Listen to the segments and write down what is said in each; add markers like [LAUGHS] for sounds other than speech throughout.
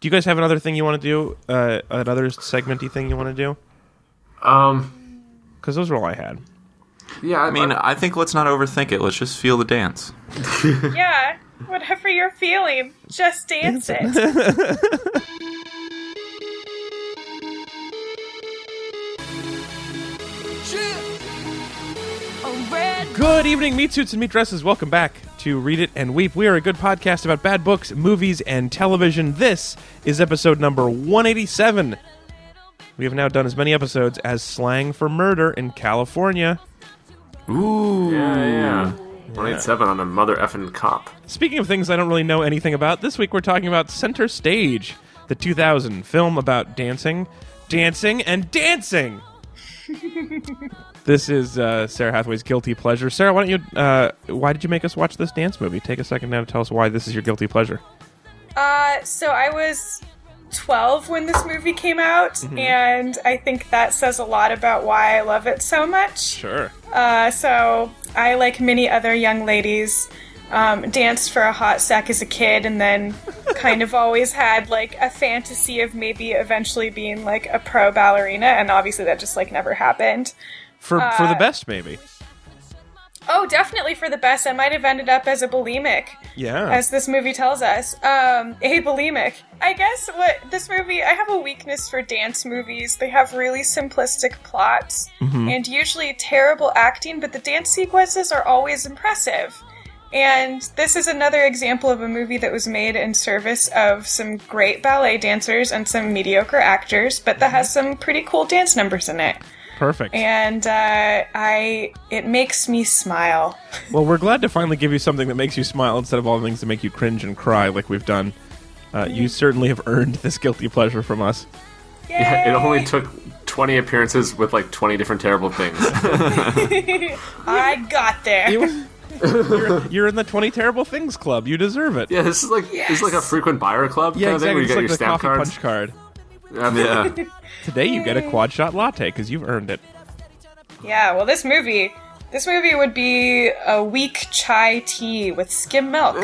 Do you guys have another thing you want to do? Uh, another segmenty thing you want to do? Um, Because those were all I had. yeah, I mean, I think let's not overthink it. Let's just feel the dance. Yeah, whatever you're feeling, just dance it. Good evening, meat suits and meat dresses. Welcome back to Read It and Weep. We are a good podcast about bad books, movies, and television. This is episode number 187. We have now done as many episodes as slang for murder in California. Ooh. yeah, yeah. One eight seven on a mother effing cop. Speaking of things I don't really know anything about, this week we're talking about Center Stage, the 2000 film about dancing, dancing, and [LAUGHS] dancing. this is uh, Sarah Hathaway's guilty pleasure. Sarah, why don't you? Uh, why did you make us watch this dance movie? Take a second now to tell us why this is your guilty pleasure. Uh, so I was 12 when this movie came out, and I think that says a lot about why I love it so much. Sure. Uh, so I, like many other young ladies, um, danced for a hot sec as a kid, and then kind of always had like a fantasy of maybe eventually being like a pro ballerina, and obviously that just like never happened. For for Uh, the best, maybe. Oh, definitely for the best. I might have ended up as a bulimic. Yeah. as this movie tells us, um, a bulimic. I guess what this movie, I have a weakness for dance movies. They have really simplistic plots Mm-hmm. and usually terrible acting, but the dance sequences are always impressive. And this is another example of a movie that was made in service of some great ballet dancers and some mediocre actors, but that has some pretty cool dance numbers in it. Perfect. And uh, I, it makes me smile. Well, we're glad to finally give you something that makes you smile instead of all the things that make you cringe and cry, like we've done. Uh, Mm-hmm. you certainly have earned this guilty pleasure from us. Yeah, [LAUGHS] it only Yay! took twenty appearances with like twenty different terrible things. I got there. You- you're, you're in the 20 terrible things club you deserve it [LAUGHS] yeah, Oh, this is like this is like a Yes. frequent buyer club Yeah, kind of thing exactly where you it's get like your the coffee stamp cards. punch card I mean, Yeah. today you get a quad shot latte because you've earned it Yeah, well, this movie, this movie would be a weak chai tea with skim milk. all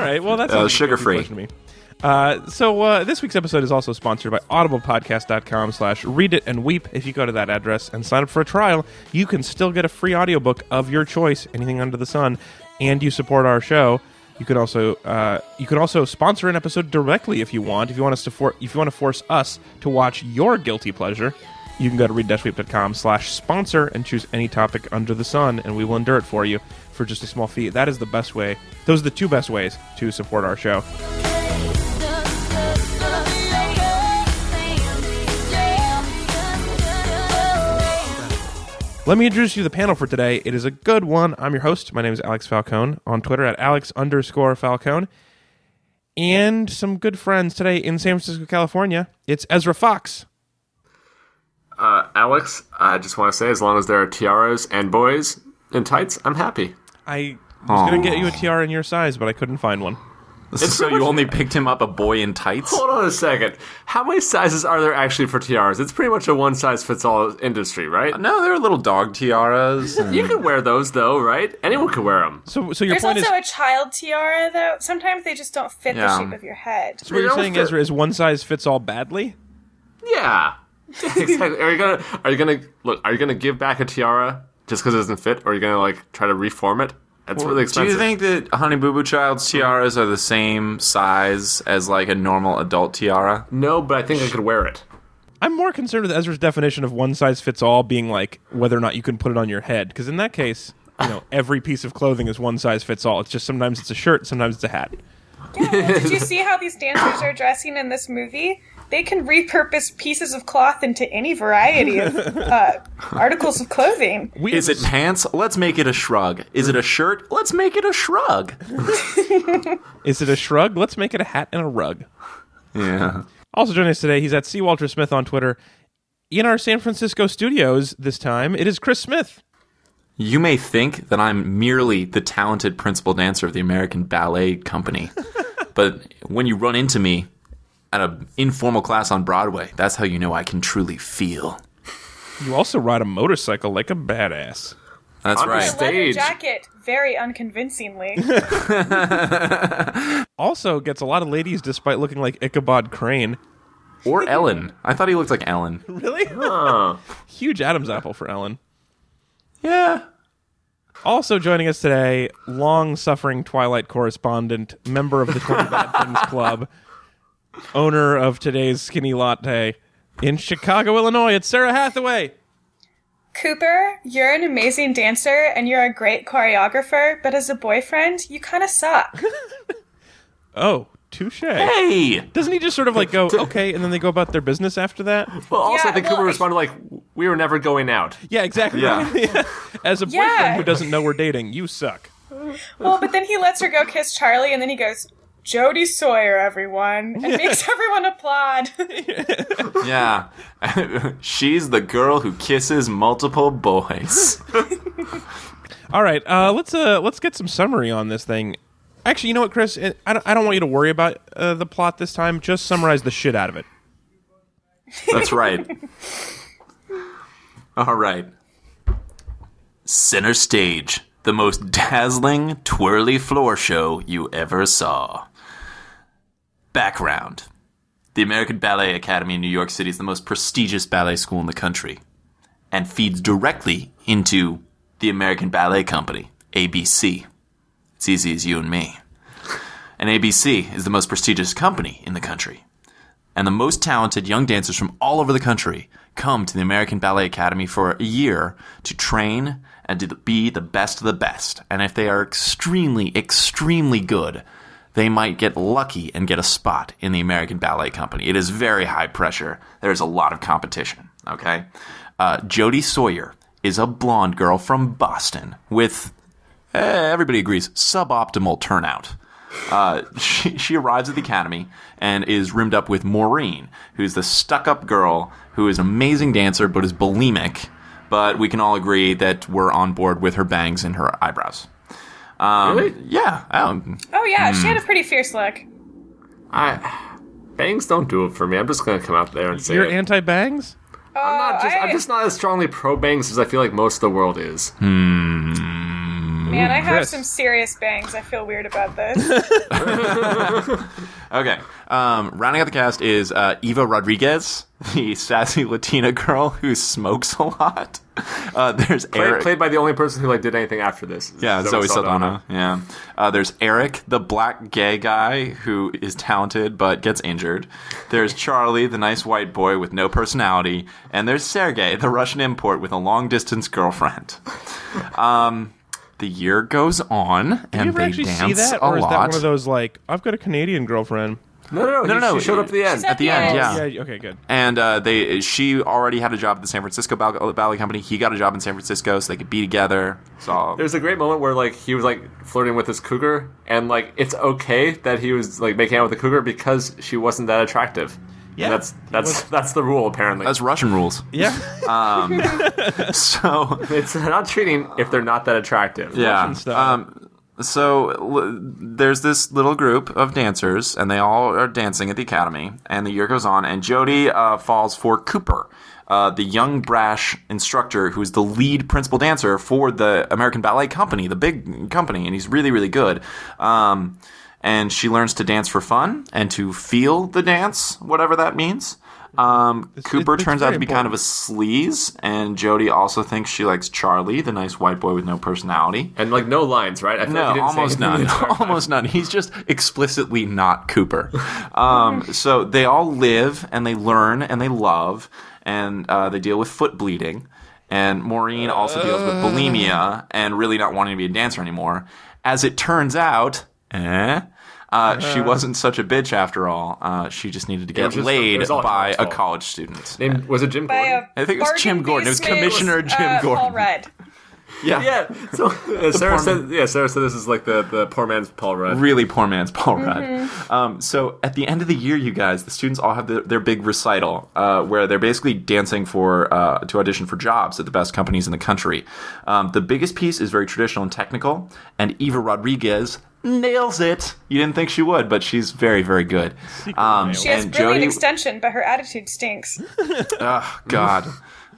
right well that's Uh, not a sugar-free. guilty pleasure to me uh, so uh, this week's episode is also sponsored by audiblepodcast.com slash read it and weep if you go to that address and sign up for a trial you can still get a free audiobook of your choice anything under the sun and you support our show you can also uh, you can also sponsor an episode directly if you want if you want us to for- if you want to force us to watch your guilty pleasure you can go to read-weep.com slash sponsor and choose any topic under the sun and we will endure it for you for just a small fee that is the best way those are the two best ways to support our show Let me introduce you to the panel for today. It is a good one. I'm your host. My name is Alex Falcone on Twitter at Alex underscore Falcone. And some good friends today in San Francisco, California. It's Ezra Fox. uh, [LAUGHS] Alex, I just want to say, as long as there are tiaras and boys in tights, I'm happy. I was going to get you a tiara in your size, but I couldn't find one. It's so pretty you much- only picked him up a boy in tights? Hold on a second. How many sizes are there actually for tiaras? It's pretty much a one size fits all industry, right? No, they're little dog tiaras. [LAUGHS] and- You can wear those though, right? Anyone can wear them. So, so your There's point is, also a child tiara, though. Sometimes they just don't fit Yeah. the shape of your head. so what you're They don't saying, fit. Ezra, is one size fits all badly? [LAUGHS] Yeah. exactly. Are you gonna? Are you gonna look? Are you gonna give back a tiara just because it doesn't fit, or are you gonna like try to reform it? That's really Do expensive. you think that Honey Boo Boo Child's tiaras are the same size as like a normal adult tiara? No, but I think I could wear it. I'm more concerned with Ezra's definition of one size fits all being like whether or not you can put it on your head. Because in that case, you know, every piece of clothing is one size fits all. It's just sometimes it's a shirt, sometimes it's a hat. Did you see how these dancers are dressing in this movie? They can repurpose pieces of cloth into any variety of uh, articles of clothing. We Is it pants? Let's make it a shrug. Is it a shirt? Let's make it a shrug. Is it a shrug? Let's make it a hat and a rug. Yeah. Also joining us today, he's at C. Walter Smith on Twitter. In our San Francisco studios this time, it is Chris Smith. You may think that I'm merely the talented principal dancer of the American Ballet Company, [LAUGHS] but when you run into me at an informal class on Broadway, that's how you know I can truly feel. You also ride a motorcycle like a badass. That's On the right. The leather Stage. jacket, very unconvincingly. Also gets a lot of ladies despite looking like Ichabod Crane. Or Ellen. I thought he looked like Ellen. Really? Oh. [LAUGHS] Huge Adam's apple for Ellen. Yeah. Also joining us today, long suffering Twilight correspondent, member of the 20 Bad Things Club, owner of today's skinny latte in Chicago, Illinois. It's Sarah Hathaway. Cooper, you're an amazing dancer and you're a great choreographer, but as a boyfriend, you kind of suck. Oh, touche. Hey. Doesn't he just sort of like go, okay, and then they go about their business after that? Well, also, Yeah, I think well, Cooper I- responded like, "We were never going out." Yeah, exactly. Yeah. [LAUGHS] As a Yeah. boyfriend who doesn't know we're dating, you suck. well, but then he lets her go kiss Charlie and then he goes, Jodie Sawyer, everyone, and makes [LAUGHS] everyone applaud. Yeah. [LAUGHS] She's the girl who kisses multiple boys. All right, uh, let's uh, let's get some summary on this thing. Actually, you know what, Chris? I I don't, I don't want you to worry about uh, the plot this time. Just summarize the shit out of it. That's right. All right. Center stage, the most dazzling, twirly floor show you ever saw. Background The American Ballet Academy in New York City is the most prestigious ballet school in the country and feeds directly into the American Ballet Company, ABC. It's easy as you and me. And ABC is the most prestigious company in the country and the most talented young dancers from all over the country come to the American Ballet Academy for a year to train and to be the best of the best. And if they are extremely, extremely good, they might get lucky and get a spot in the American Ballet Company. It is very high pressure. There's a lot of competition, okay? Uh, Jodie Sawyer is a blonde girl from Boston with, eh, everybody agrees, suboptimal turnout uh, she, she arrives at the academy and is rimmed up with Maureen, who's the stuck up girl who is an amazing dancer but is bulimic. But we can all agree that we're on board with her bangs and her eyebrows. Um, Really? Yeah. Um, oh, yeah, she had a pretty fierce look. I bangs don't do it for me. I'm just gonna come out there and say You're it. anti bangs? I'm not just. Oh, I- I'm just not as strongly pro bangs as I feel like most of the world is. Hmm. Mm, Man, I have Chris. some serious bangs. I feel weird about [LAUGHS] this. okay. Um, rounding out the cast is uh, Eva Rodriguez, [LAUGHS] the sassy Latina girl who smokes a lot. Uh, there's Played, Eric. played by the only person who like did anything after this. Yeah, Zoe Saldana. Saldana. Yeah. Uh, there's Eric, the black gay guy who is talented but gets injured. There's Charlie, the nice white boy with no personality. And there's Sergey, the Russian import with a long distance girlfriend. Um, the year goes on, Do you and ever they actually dance see that? a Or is that lot. one of those like, I've got a Canadian girlfriend? No, no, no, No, no, no, She showed it- up at the end. She's at the end, yeah. Yeah, okay, [LAUGHS] good. and uh, they she already had a job at the San Francisco Ball- Ballet Company. He got a job in San Francisco, so they could be together. So There's a great moment where like he was like flirting with this cougar, and like it's okay that he was like making out with the cougar because she wasn't that attractive. Yeah. and that's He that's was- that's the rule apparently. that's Russian rules. Yeah. [LAUGHS] So it's not cheating if they're not that attractive. yeah. Russian stuff. Um, so l- there's this little group of dancers, and they all are dancing at the academy. And the year goes on, and Jody uh, falls for Cooper, uh, the young brash instructor who is the lead principal dancer for the American Ballet Company, the big company, and he's really really good. Um, and she learns to dance for fun and to feel the dance, whatever that means. Um, Cooper it's turns out very to be kind of a sleaze, and Jody also thinks she likes Charlie, the nice white boy with no personality. and like no lines, right? I feel like he No, didn't say almost anything none. the [LAUGHS] entire time. [LAUGHS] almost none. He's just explicitly not Cooper. Um, so they all live and they learn and they love and uh, they deal with foot bleeding. And Maureen also deals with bulimia and really not wanting to be a dancer anymore. As it turns out, eh, uh, she wasn't such a bitch after all. Uh, she just needed to get was just- Uh-huh. it laid was all Tom's by a fault. college student. Named, was it Jim By Gordon? a I think it was bargain Jim Gordon. It was basement, Commissioner Jim uh, Paul Gordon. Rudd. Yeah. So uh, Sarah poor man. said, yeah, Sarah said this is like the, the poor man's Paul Rudd. really poor man's Paul Mm-hmm. Rudd. Um, so at the end of the year, you guys, the students all have their, their big recital uh, where they're basically dancing for uh, to audition for jobs at the best companies in the country. Um, the biggest piece is very traditional and technical, and Eva Rodriguez nails it. You didn't think she would, but she's very, very good. Um, She has and brilliant Jody- extension, but her attitude stinks. Oh [LAUGHS] God.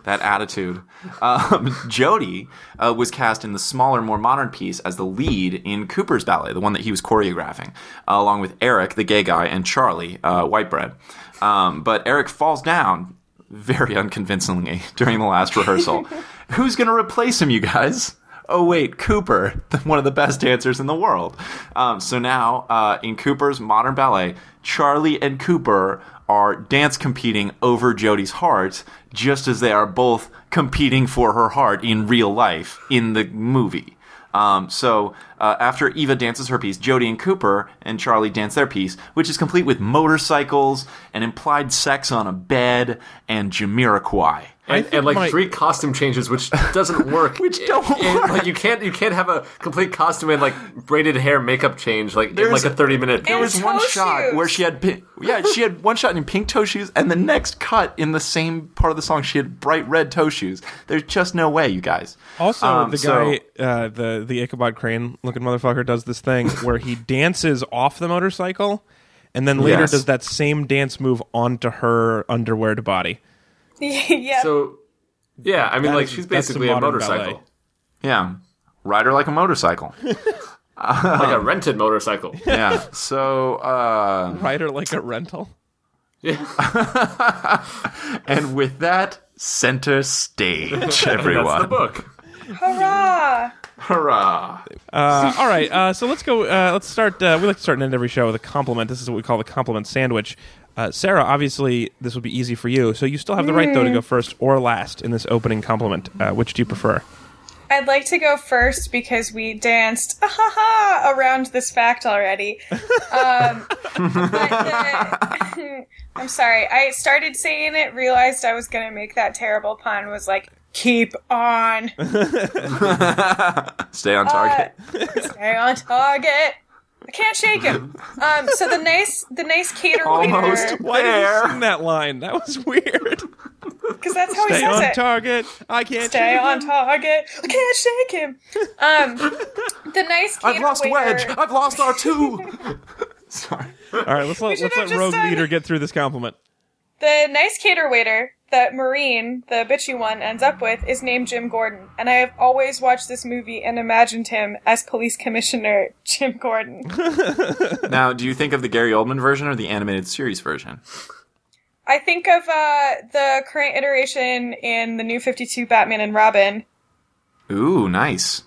that attitude. Um, Jody uh, was cast in the smaller, more modern piece as the lead in Cooper's ballet, the one that he was choreographing, uh, along with Eric, the gay guy, and Charlie, uh, white bread. Um, but Eric falls down very unconvincingly [LAUGHS] during the last rehearsal. Who's going to replace him, you guys? Oh wait, Cooper, [LAUGHS] one of the best dancers in the world. Um, so now, uh, in Cooper's modern ballet, Charlie and Cooper are dance competing over Jody's heart, just as they are both competing for her heart in real life in the movie. Um, so uh, after Eva dances her piece, Jody and Cooper and Charlie dance their piece, which is complete with motorcycles and implied sex on a bed and Jamiroquai. And, think and like my- three costume changes, which [LAUGHS] doesn't work. Which don't And, work. Like you can't you can't have a complete costume and like braided hair makeup change like in There's- like a thirty minute. There There was one toe shot shoes. where she had pi- yeah she had one shot in pink toe shoes and the next cut in the same part of the song she had bright red toe shoes. There's just no way, you guys. Also, Um, the so- guy, uh, the the Ichabod Crane looking motherfucker, does this [LAUGHS] thing where he dances off the motorcycle, and then later Yes. does that same dance move onto her underwear to body. [LAUGHS] yeah. So yeah, I mean That like is- she's that's some basically a modern motorcycle, ballet. yeah, ride her like a motorcycle. like [LAUGHS] a rented motorcycle. yeah. [LAUGHS] So uh, Rider like a rental. and with that center stage, That's the everyone. book. Hurrah! Hurrah! Uh, all right, uh, so let's go. Uh, let's start. Uh, we like to start and end every show with a compliment. This is what we call the compliment sandwich. Uh, Sarah, obviously, this will be easy for you. So you still have the right, though, Mm. to go first or last in this opening compliment. Uh, which do you prefer? I'd like to go first because we danced [LAUGHS] ah, ha, ha, around this fact already. Um, but the- [LAUGHS] I'm sorry. I started saying it, realized I was going to make that terrible pun, was like, keep on, Stay on target. stay on target. I can't shake him. Um, so the nice, the nice cater Almost waiter, Uh, Why did there. you sing that line? That was [LAUGHS] weird. because that's how he Stay says on it. target. I can't. Stay shoot on them. target. I can't shake him. Um, the nice cater I've lost waiter. Wedge. I've lost our [LAUGHS] two. Sorry. All right, let's let, should let's have let just Rogue done- Leader get through this compliment. The nice cater waiter that Marine, the bitchy one, ends up with is named Jim Gordon, and I have always watched this movie and imagined him as police commissioner [LAUGHS] Jim Gordon. Now, do you think of the Gary Oldman version or the animated series version? I think of uh, the current iteration in the new 52 Batman and Robin. Ooh, nice.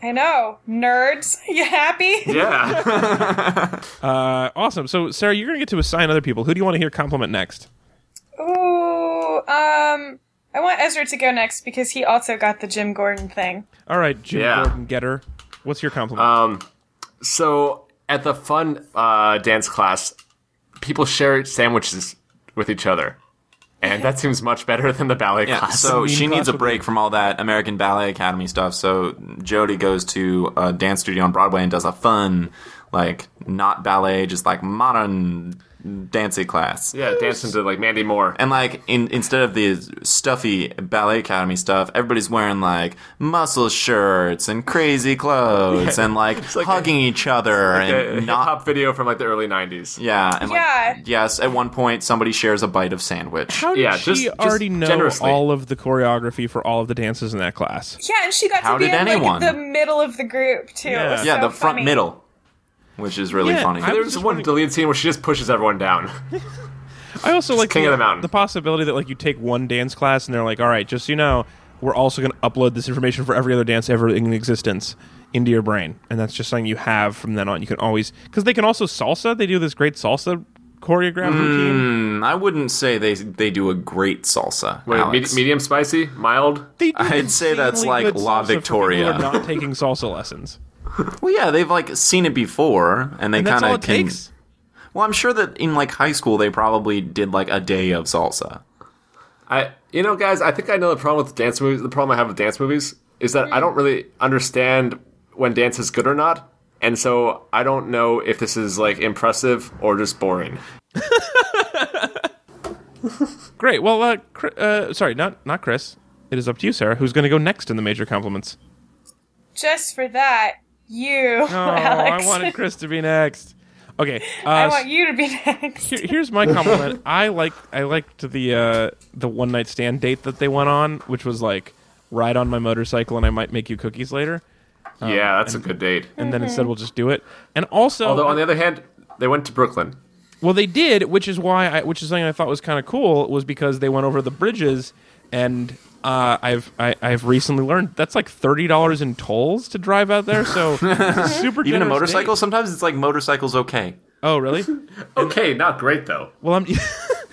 I know. Nerds, [LAUGHS] you happy? Yeah, [LAUGHS] Uh, awesome. So, Sarah, you're going to get to assign other people. Who do you want to hear compliment next? Ooh, um, I want Ezra to go next because he also got the Jim Gordon thing. All right, Jim Yeah. Gordon Getter. What's your compliment? so at the fun uh, dance class, people share sandwiches with each other, and that seems much better than the ballet Yeah, class. so Mean she needs a classical. break from all that American Ballet Academy stuff. So Jody goes to a dance studio on Broadway and does a fun, like not ballet, just like modern dancing class. yeah, dancing to like Mandy Moore. And like in, instead of the stuffy ballet academy stuff, everybody's wearing like muscle shirts and crazy clothes and like, like hugging each other a and hip not hop video from like the early '90s. yeah and like, Yeah. yes. At one point, somebody shares a bite of sandwich. How did yeah, she just- just already know generously. all of the choreography for all of the dances in that class? Yeah, and she got How to be did in anyone? like the middle of the group too. It Yeah. was Yeah, so the front funny. middle, which is really Yeah, funny. I- There's just one wondering- deleted scene where she just pushes everyone down. I also like King the, of the Mountain. the possibility that like you take one dance class and they're like, all right, just so you know, we're also going to upload this information for every other dance ever in existence into your brain, and that's just something you have from then on. You can always because they can also salsa. They do this great salsa choreographed Mm, routine. I wouldn't say they they do a great salsa. Wait, me- Alex. medium spicy, mild. They do I'd say that's insanely like good salsa La for people who are Victoria. not taking salsa [LAUGHS] lessons. well, yeah, they've like seen it before, and they And that's kind all of it can. takes. Well, I'm sure that in like high school they probably did like a day of salsa. I, you know, guys, I think I know the problem with dance movies. The problem I have with dance movies is that I don't really understand when dance is good or not, and so I don't know if this is like impressive or just boring. Great. Well, uh, Chri- uh, sorry, not not Chris. It is up to you, Sarah. Who's going to go next in the major compliments? Just for that, you, Oh, [LAUGHS] Alex. I wanted Chris to be next. Okay. Uh, [LAUGHS] I want you to be next. [LAUGHS] here- here's my compliment. I like I liked the uh, the one night stand date that they went on, which was like ride on my motorcycle and I might make you cookies later. yeah, that's a good date. Um, And then Mm-hmm. instead we'll just do it. And also, Although on the other hand, they went to Brooklyn. well, they did, which is why I, which is something I thought was kind of cool was because they went over the bridges and. Uh, I've I, I've recently learned that's like thirty dollars in tolls to drive out there. So it's a super Even a generous motorcycle? date. Sometimes it's like motorcycles okay. Oh, really? Okay, not great though. Well, I'm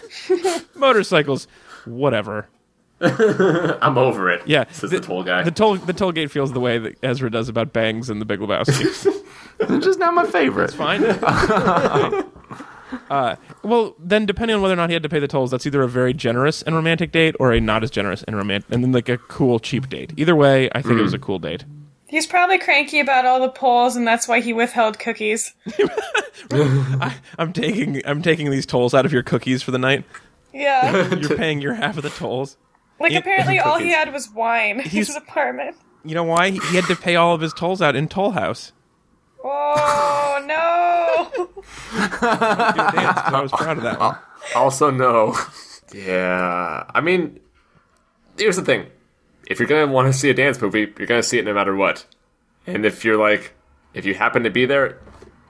[LAUGHS] motorcycles, whatever. I'm over it. Yeah, says the, toll guy. The toll, the toll gate feels the way that Ezra does about bangs in The Big Lebowski. It's just not my favorite. Fine. uh, well, then depending on whether or not he had to pay the tolls, that's either a very generous and romantic date or a not as generous and romantic, and then like a cool cheap date. Either way, I think it was a cool date. He's probably cranky about all the polls, and that's why he withheld cookies. I'm taking I'm taking these tolls out of your cookies for the night. [LAUGHS] Yeah. You're paying your half of the tolls. Like, [LAUGHS] apparently, all he cookies. had was wine in his apartment. You know why he, he had to pay all of his tolls out in Toll House? Oh, no. I was proud of that. one. also, no. yeah, I mean, here's the thing: if you're gonna want to see a dance movie, you're gonna see it no matter what. And if you're like, if you happen to be there,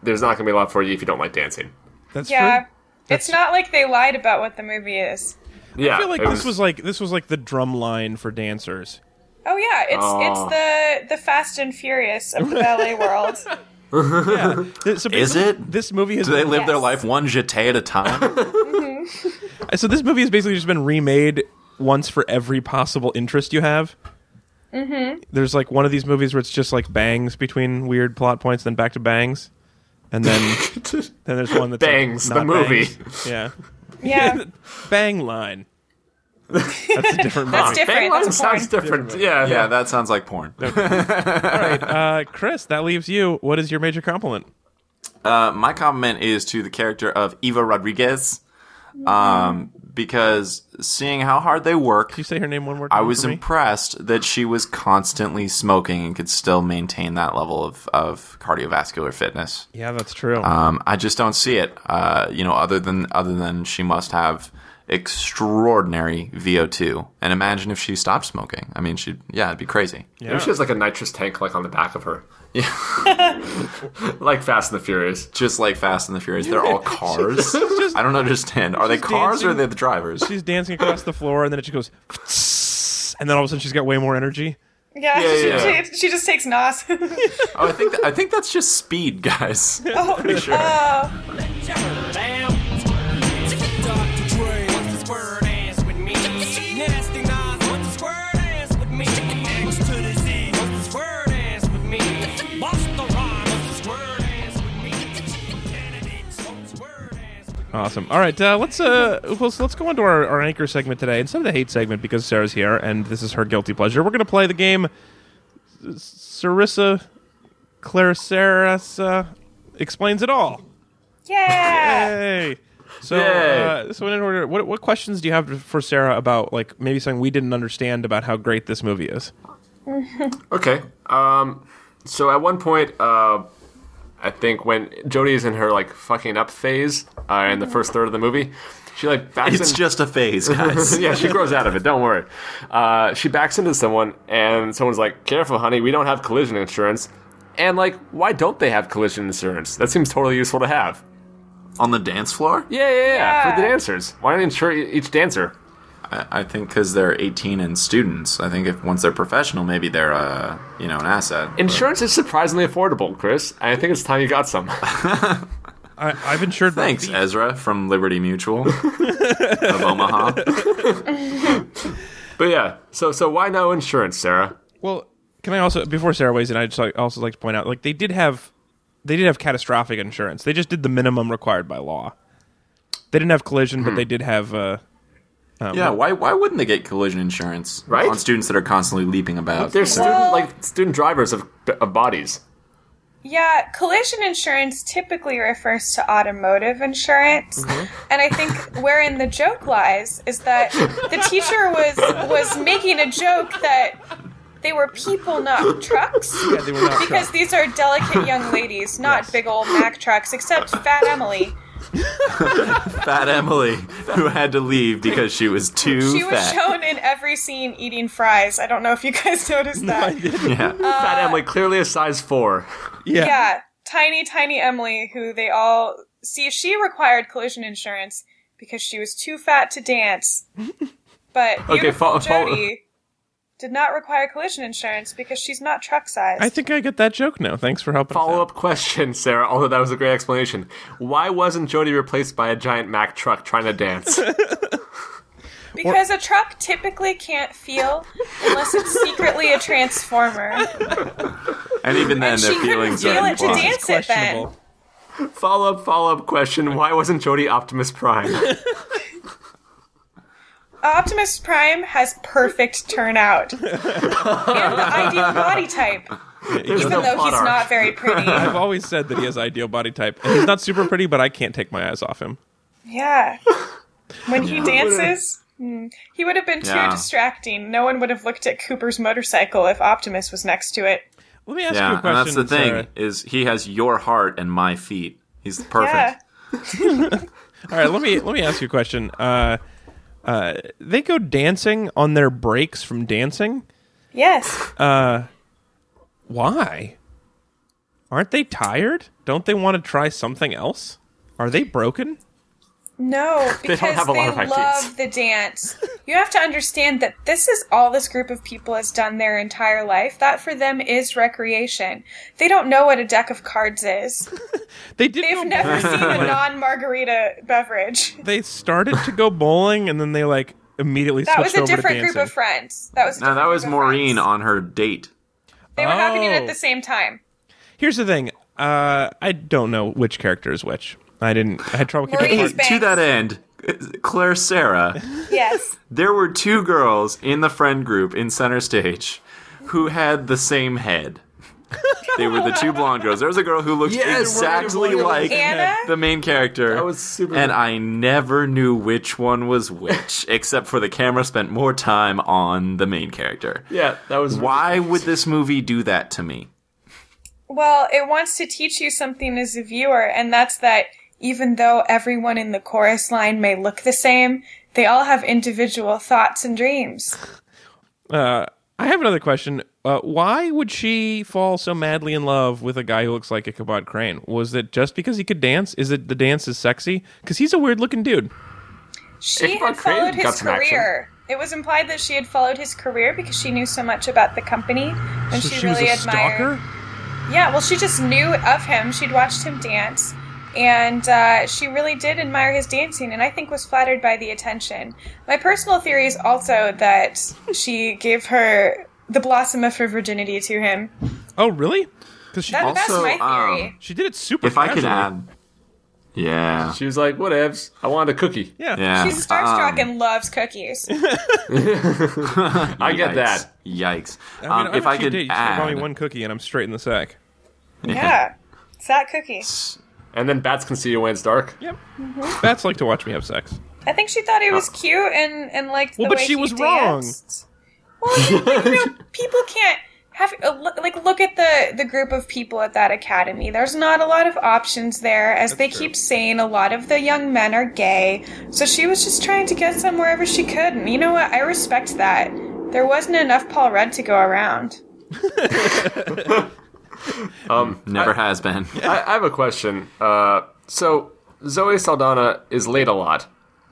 there's not gonna be a lot for you if you don't like dancing. That's Yeah. true. It's not like they lied about what the movie is. Yeah, I feel like it this was like this was like the drum line for dancers. Oh yeah, it's Oh. it's the the Fast and Furious [LAUGHS] of the ballet world. Th- So Is basically, it? This movie has Do they live their Yes. life one jetée at a time? so this movie has basically just been remade once for every possible interest you have. Mm-hmm. There's like one of these movies where it's just like bangs between weird plot points, then back to bangs, and [LAUGHS] then then there's one that's like, Bangs, the not movie. bangs. [LAUGHS] Yeah, Yeah, bang line. That's a different movie. that's different. Bang That's porn. sounds different. Yeah, yeah, that sounds like porn. Uh, Chris, that leaves you. What is your major compliment? Uh, my compliment is to the character of Eva Rodriguez, um, because seeing how hard they work, Can you say her name one more time? I was for me? impressed that she was constantly smoking and could still maintain that level of, of cardiovascular fitness. yeah, that's true. Um, I just don't see it. Uh, you know, other than other than she must have extraordinary VO2. And imagine if she stopped smoking. I mean, she yeah, it'd be crazy. Maybe she has like a nitrous tank like on the back of her. [LAUGHS] Yeah. like Fast and the Furious. Just like Fast and the Furious, they're [LAUGHS] all cars. I don't understand. Are they cars or are they the drivers? she's dancing across the floor, and then it just goes, and then all of a sudden she's got way more energy. Yeah, Yeah, [LAUGHS] she, yeah. She, she just takes nos. [LAUGHS] Oh, I think I think that's just [LAUGHS] speed, guys. oh, oh. Awesome. All right, uh, let's uh, let's, let's go on to our, our anchor segment today instead of the hate segment because Sarah's here and this is her guilty pleasure. We're gonna play the game S- Sarissa Claricerasa explains it all. yeah. Hey. So, Yay. uh, so in order, what what questions do you have for Sarah about like maybe something we didn't understand about how great this movie is? Okay. Um, so at one point, uh, I think when Jodie is in her like fucking up phase uh, in the first third of the movie, she like backs It's in- just [LAUGHS] a phase, guys. yeah, she grows out of it. Don't worry. Uh, she backs into someone, and someone's like, "Careful, honey, we don't have collision insurance." And like, why don't they have collision insurance? That seems totally useful to have. On the dance floor? Yeah, yeah, yeah. Yeah. For the dancers, why don't they insure e- each dancer? I, I think because they're 18 and students. I think if once they're professional, maybe they're uh, you know an asset. but- Insurance is surprisingly affordable, Chris. I think it's time you got [LAUGHS] some. I, I've insured. my Thanks, feet. Ezra from [LAUGHS] Liberty Mutual of Omaha. but yeah, so so why no insurance, Sarah? Well, can I also before Sarah weighs in, I just like- also like to point out like they did have they did have catastrophic insurance. They just did the minimum required by law. They didn't have collision, but Hmm. they did have. Uh, Yeah, why why wouldn't they get collision insurance Right? on students that are constantly leaping about? They're student Well- like student drivers of, of bodies. Yeah, collision insurance typically refers to automotive insurance, Mm-hmm. and I think wherein the joke lies is that the teacher was was making a joke that They were people, not trucks. Yeah, they were not because these are delicate young ladies, not big old Mack trucks, except Fat Emily. Fat Emily, who had to leave because she was too She was fat. shown in every scene eating fries. I don't know if you guys [LAUGHS] noticed that. yeah. Fat Emily, clearly a size four. Yeah. [LAUGHS] yeah, tiny, tiny Emily, who they all see. She required collision insurance because she was too fat to [LAUGHS] dance. But beautiful fo- fo- Jody did not require collision insurance because she's not truck sized. I think I get that joke now. Thanks for helping. us out. Follow up question, Sarah, although that was a great explanation. Why wasn't Jody replaced by a giant Mack truck trying to [LAUGHS] dance? because a truck typically can't feel unless it's secretly a transformer. And even then, And their she couldn't feelings are feel it to implied. dance it then. Questionable. follow up, follow up question. Why wasn't Jody Optimus [LAUGHS] Prime? Optimus Prime has perfect [LAUGHS] turnout and the ideal body type, There's even though plot he's arc. not very pretty. I've always said that he has ideal body type. And he's not super pretty, but I can't take my eyes off him. Yeah. When he dances, mm, he would have been too Yeah. distracting. No one would have looked at Cooper's motorcycle if Optimus was next to it. Let me ask you Yeah, a question. and that's the thing Sarah. is he has your heart and my feet. He's perfect. Yeah. All right, let me let me ask you a question. Uh, uh, they go dancing on their breaks from dancing. Yes. Why? Aren't they tired? Don't they want to try something else? Are they broken? No, don't because have a lot of they ideas. love the dance. You have to understand that this is all this group of people has done their entire life. That for them is recreation. They don't know what a deck of cards is. They did. [LAUGHS] They've go never bowling. seen a non-margarita beverage. They started to go bowling, and then they like immediately That was switched a over different to group dancing. of friends. That was a Now that different was group of friends. Maureen on her date. They were happening Oh. at the same time. Here's the thing. Uh, I don't know which character is which. I didn't. I had trouble keeping. Maureen- apart. He's Banks. To that end, Claire Sarah, Yes. there were two girls in the friend group in center stage who had the same head. they were the two blonde girls. There was a girl who looked Yes, exactly there were- like Anna? the main character. That was super- And I never knew which one [LAUGHS] was which, except for the camera spent more time on the main character. yeah, that was Why would this movie do that to me? Well, it wants to teach you something as a viewer, and that's that even though everyone in the chorus line may look the same, they all have individual thoughts and dreams. uh, I have another question. Uh, why would she fall so madly in love with a guy who looks like Ichabod Crane? Was it just because he could dance? Is it the dance is sexy? Because he's a weird looking dude. She Ichabod had followed Crane got his some action. career. It was implied that she had followed his career because she knew so much about the company, and So she, she was really a admired. stalker. Yeah, well, she just knew of him. She'd watched him dance, and uh, she really did admire his dancing, and I think was flattered by the attention. My personal theory is also that she gave her the blossom of her virginity to him. Oh, really? Because she That, did, that's Also, my um, theory. she did it super. If I could casually. add. Yeah. She was like, whatevs. I wanted a cookie. yeah, Yeah. She's starstruck um, and [LAUGHS] loves cookies. I get Yikes. that. Yikes. I mean, um, I if I you could did. You just add, buy me one cookie and I'm straight in the sack. yeah, it's that cookie. And then bats can see you when it's dark. Yep. Mm-hmm. Bats like to watch me have sex. I think she thought he was cute and and liked Well, the but way she he was wrong. danced. Well, like, you know, [LAUGHS] people can't have uh, lo- like look at the the group of people at that academy. There's not a lot of options there, as they keep saying. A lot of the young men are gay, so she was just trying to get some wherever she could. And you know what? I respect that. There wasn't enough Paul Rudd to go around. never [LAUGHS] has been. I, I have a question. Uh, so Zoe Saldana is late a lot,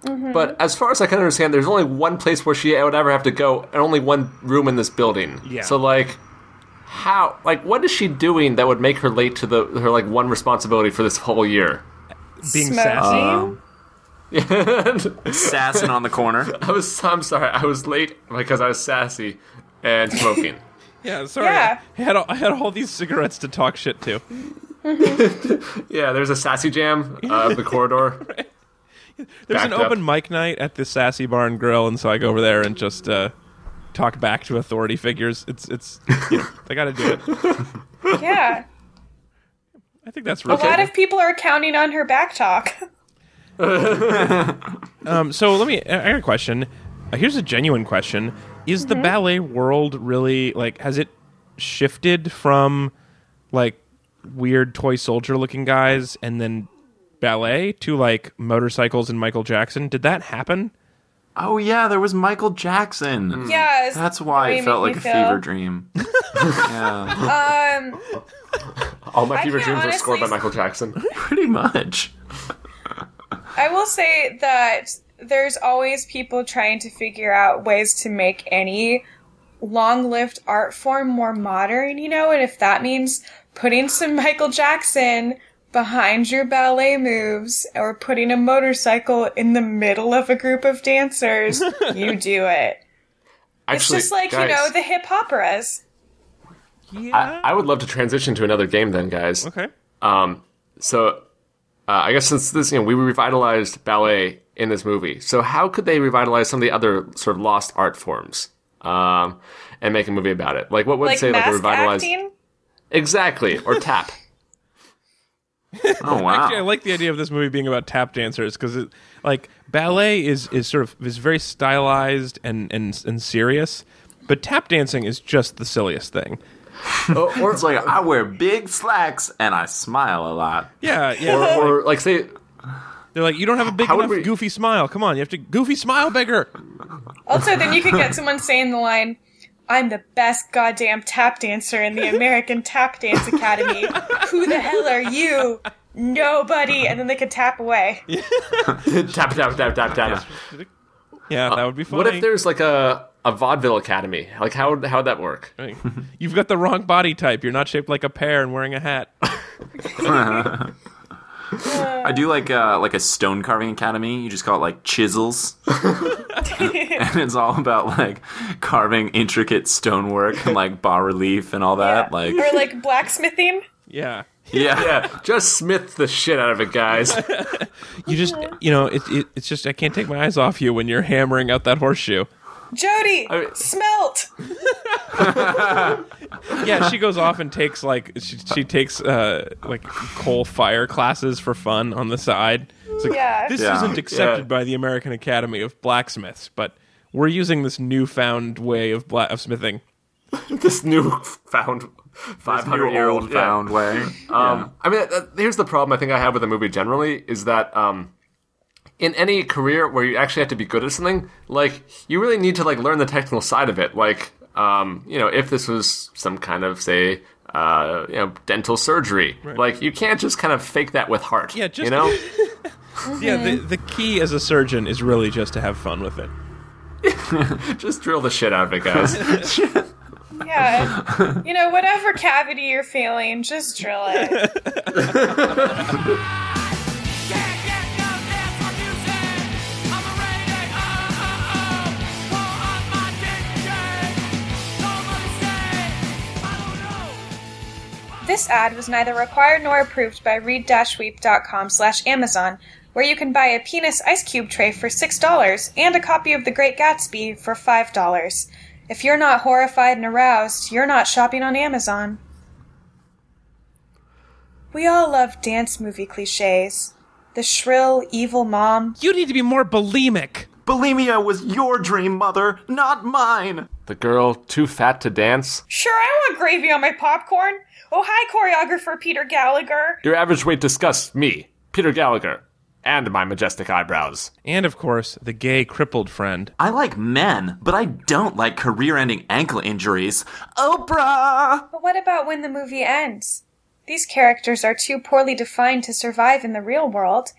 Mm-hmm. but as far as I can understand, there's only one place where she would ever have to go, and only one room in this building. Yeah. So like, how? Like, what is she doing that would make her late to the her like one responsibility for this whole year? [LAUGHS] Being Smoking. Uh, sassy. Um, Assassin on the corner. I was. I'm sorry. I was late because I was sassy and [LAUGHS] smoking. Yeah, sorry. Yeah. I had all, I had all these cigarettes to talk shit to. yeah. There's a sassy jam uh, up the [LAUGHS] corridor. There's an Backed up. open mic night at the Sassy Bar and Grill, and so I go over there and just uh, talk back to authority figures. It's it's you know, I got to do it. Yeah, I think that's a real. lot of people are counting on her back talk. [LAUGHS] um, so let me. I got a question. Uh, here's a genuine question. is the ballet world really like has it shifted from like weird toy soldier looking guys and then ballet to like motorcycles and Michael Jackson? Did that happen? Oh yeah, there was Michael Jackson. Yeah, it's That's the why way it felt make like a me fever feel. dream. [LAUGHS] yeah, Um, All my I fever can't dreams were honestly scored by s- Michael [LAUGHS] Jackson. pretty much. I will say that there's always people trying to figure out ways to make any long lived art form more modern, you know, and if that means putting some [LAUGHS] Michael Jackson behind your ballet moves or putting a motorcycle in the middle of a group of [LAUGHS] dancers, you do it. It's Actually, just like, guys, you know, the hip operas. Yeah. I, I would love to transition to another game then, guys. okay. Um, so uh, I guess since this, you know, we revitalized ballet in this movie. So how could they revitalize some of the other sort of lost art forms um, and make a movie about it? Like what would Like say like a mask revitalized acting. exactly [LAUGHS] or tap? Oh wow. Actually, I like the idea of this movie being about tap dancers because, like, ballet is is sort of is very stylized and and and serious, but tap dancing is just the silliest thing. Oh, or, or, It's like I wear big slacks and I smile a lot. Yeah, yeah. [LAUGHS] or, or like say They're like, you don't have a big How would enough we- goofy smile. Come on, you have to goofy smile [LAUGHS] bigger. Also, then you could get someone saying the line, I'm the best goddamn tap dancer in the American Tap Dance Academy. Who the hell are you? Nobody. And then they could tap away. [LAUGHS] tap tap tap tap tap. Yeah, that would be funny. Uh, What if there's like a a vaudeville academy? Like how would- how would that work? Right. You've got the wrong body type. You're not shaped like a pear and wearing a hat. I do like uh, like a stone carving academy. You just call it like chisels, [LAUGHS] and it's all about like carving intricate stonework and like bas relief and all that. Like [LAUGHS] or like blacksmithing. Yeah. yeah, Yeah, just smith the shit out of it, [LAUGHS] guys. You just, you know, it, it, it's just, I can't take my eyes off you when you're hammering out that horseshoe. Jody, mean- smelt. Yeah, she goes off and takes, like, she, she takes, uh, like, coal fire classes for fun on the side. It's like, Yeah. this Yeah. isn't accepted Yeah. by the American Academy of Blacksmiths, but we're using this newfound way of, bla- of smithing. this new found five Your hundred year old found. found way. Uh, Um, I mean, that, here's the problem I think I have with the movie generally is that um, in any career where you actually have to be good at something, like you really need to like learn the technical side of it. Like, um, you know, if this was some kind of say, uh, you know, dental surgery, like you can't just kind of fake that with heart. Yeah, just- [LAUGHS] you know, Yeah, the, the key as a surgeon is really just to have fun with it. just drill the shit out of it, guys. [LAUGHS] Yeah. You know, whatever cavity you're feeling, just drill it. This ad was neither required nor approved by read-weep.com slash Amazon, where you can buy a penis ice cube tray for $6 and a copy of The Great Gatsby for $5. If you're not horrified and aroused, you're not shopping on Amazon. We all love dance movie cliches. The shrill, evil mom. You need to be more bulimic. Bulimia was your dream, mother, not mine. the girl too fat to dance. Sure, I want gravy on my popcorn. Oh, hi, choreographer Peter Gallagher. Your average weight disgusts me, Peter Gallagher, and my majestic eyebrows. And of course, the gay crippled friend. I like men, but I don't like career-ending ankle injuries. Oprah. But what about when the movie ends? These characters are too poorly defined to survive in the real world.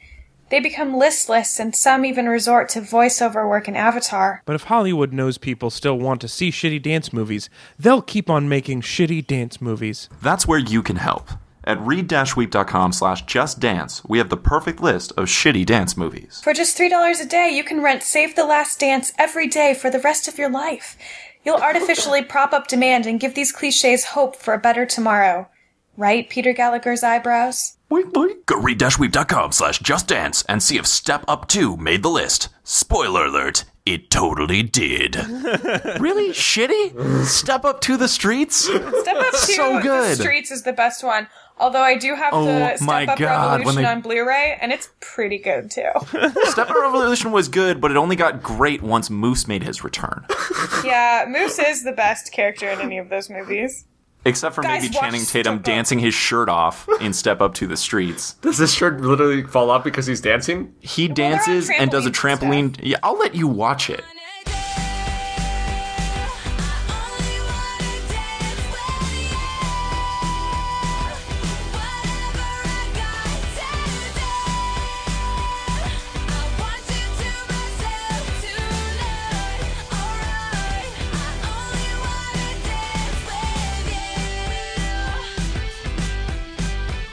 They become listless, and some even resort to voiceover work in Avatar. But if Hollywood knows people still want to see shitty dance movies, they'll keep on making shitty dance movies. That's where you can help. At read-weep.com slash just dance, we have the perfect list of shitty dance movies. For just $3 a day, you can rent Save the Last Dance every day for the rest of your life. You'll [LAUGHS] artificially prop up demand and give these cliches hope for a better tomorrow. Right, Peter Gallagher's eyebrows? Go read-weep.com slash just dance and see if Step Up 2 made the list. Spoiler alert, it totally did. really? Shitty? Step Up to the streets? Step Up [LAUGHS] 2 So good. Oh The Streets is the best one. Although I do have the Step my Up God, when Revolution they- on Blu-ray, and it's pretty good too. Step Up Revolution was good, but it only got great once Moose made his return. yeah, Moose is the best character in any of those movies. Except for Guys, maybe watch Channing Tatum Step Up. dancing his shirt off in Step Up to the Streets. Does this shirt literally fall off because he's dancing? He they're on dances and does a trampolines trampoline. and Yeah, I'll let you watch it.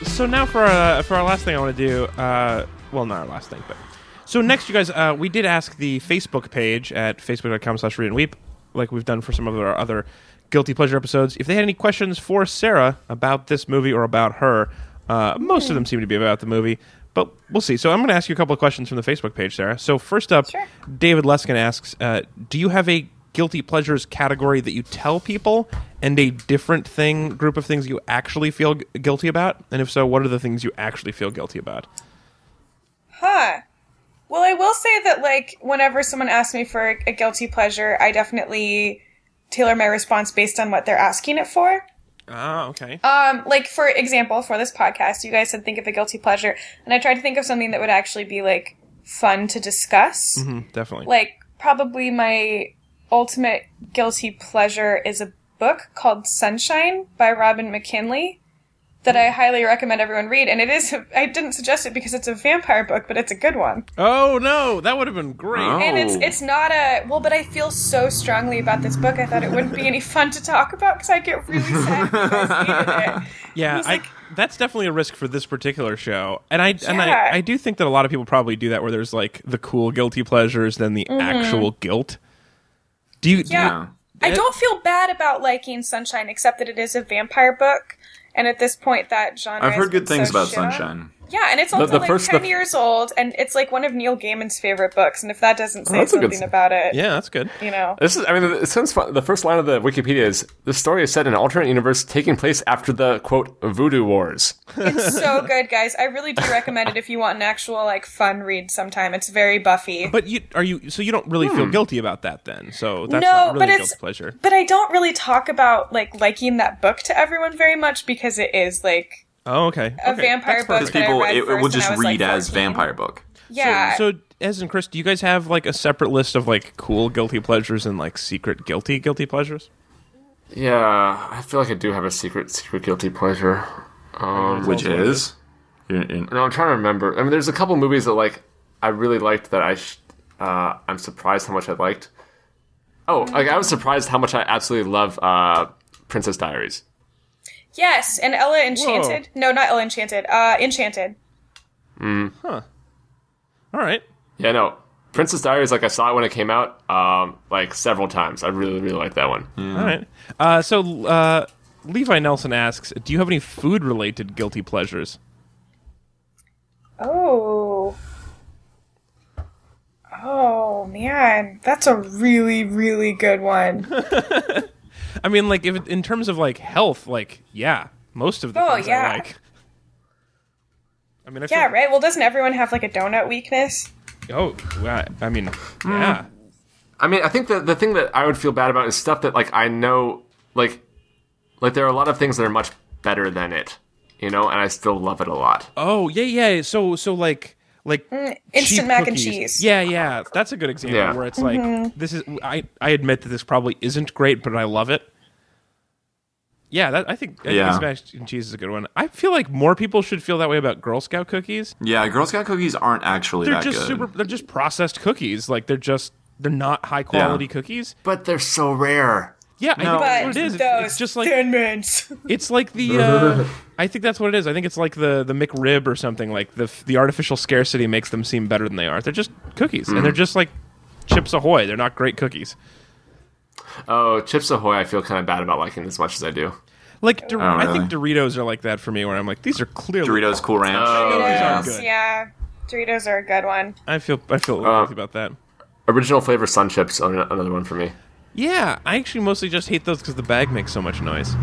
So now for uh, for our last thing, I want to do. Uh, well, not our last thing, but so next, you guys, uh, we did ask the Facebook page at facebook.com/slash read and weep, like we've done for some of our other guilty pleasure episodes, if they had any questions for Sarah about this movie or about her. Uh, most of them seem to be about the movie, but we'll see. So I'm going to ask you a couple of questions from the Facebook page, Sarah. So first up, Sure. David Leskin asks, uh, "Do you have a guilty pleasures category that you tell people, and a different thing group of things you actually feel gu- guilty about? And if so, what are the things you actually feel guilty about?" Huh. Well, I will say that, like, whenever someone asks me for a guilty pleasure, I definitely tailor my response based on what they're asking it for. Oh, okay. Um, like for example, for this podcast, you guys said think of a guilty pleasure, and I tried to think of something that would actually be like fun to discuss. Mm, definitely. Like probably my ultimate guilty pleasure is a book called Sunshine by Robin McKinley that I highly recommend everyone read. And it is [LAUGHS] I didn't suggest it because it's a vampire book, but it's a good one. oh no, that would have been great. Oh. And it's it's not a well, but I feel so strongly about this book. I thought it wouldn't be any fun to talk about because I get really sad. if you guys hated it. Yeah, He's I, like- that's definitely a risk for this particular show, and I and Yeah. I, I do think that a lot of people probably do that, where there's like the cool guilty pleasures, then the actual guilt. Do you? do you- Mm-hmm. Yeah. I It- don't feel bad about liking Sunshine, except that it is a vampire book, and at this point, that genre. I've has heard good been things so about shit on. Sunshine. Yeah, and it's also the like first- ten the- years old, and it's like one of Neil Gaiman's favorite books. And if that doesn't say Oh, that's a good something s- about it, yeah, that's good. you know, This is, I mean, it sounds fun. The first line of the Wikipedia is the story is set in an alternate universe taking place after the quote voodoo wars. it's [LAUGHS] so good, guys. I really do recommend it if you want an actual like fun read. Sometime it's very Buffy. But you are you so you don't really feel guilty about that then? So that's No, not but really a it's- guilty pleasure. but I don't really talk about like liking that book to everyone very much because it is like Oh, okay. a okay. vampire book. Because that I people, read it, it first will when just I was, like, read as 14. vampire book. Yeah. So, so as and Chris, do you guys have like a separate list of like cool guilty pleasures and like secret guilty guilty pleasures? Yeah, I feel like I do have a secret, secret guilty pleasure. Um, Which what it is? In- in- no, I'm trying to remember. I mean, there's a couple movies that like I really liked that I sh- uh, I'm surprised how much I liked. Oh, like I was surprised how much I absolutely love uh, Princess Diaries. Yes, and Ella Enchanted. No, not Ella Enchanted. Uh, Enchanted. All right. Yeah, no. Princess Diaries, like I saw it when it came out, um, like several times. I really, really like that one. All right. Uh, so uh, Levi Nelson asks, do you have any food related guilty pleasures? Oh. Oh man, that's a really really good one. I mean, like if in terms of like health, like yeah, most of the Oh, things yeah. I like. I mean, I Yeah, feel, right. Well, doesn't everyone have like a donut weakness? Oh, yeah. I mean, Hmm. yeah. I mean, I think that the thing that I would feel bad about is stuff that like I know, like, like there are a lot of things that are much better than it, you know, and I still love it a lot. Oh yeah, yeah. So so like like Mm, instant cheap mac and cookies. cheese. Mm-hmm. Yeah, yeah. That's a good example Yeah. where it's like this is. I I admit that this probably isn't great, but I love it. Yeah, that, I think I think Yeah. instant mac and cheese is a good one. I feel like more people should feel that way about Girl Scout cookies. Yeah, Girl Scout cookies aren't actually They're that just good. super. They're just processed cookies. Like they're just they're not high quality cookies. But they're so rare. Yeah, I think that's But what it is. It's- those It's just like thin mints. It's like the. [LAUGHS] Uh, I think that's what it is. I think it's like the the McRib or something. Like the the artificial scarcity makes them seem better than they are. They're just cookies, and Hmm. they're just like Chips Ahoy. They're not great cookies. Oh, Chips Ahoy! I feel kind of bad about liking as much as I do. Like Dor- Oh, I think Doritos are like that for me, where I'm like, these are clearly. Doritos Cool Ranch. [LAUGHS] Oh, yeah. Doritos, yeah. Doritos are a good one. I feel I feel a Uh. little guilty about that. Original flavor Sun Chips, an- another one for me. Yeah, I actually mostly just hate those because the bag makes so much noise.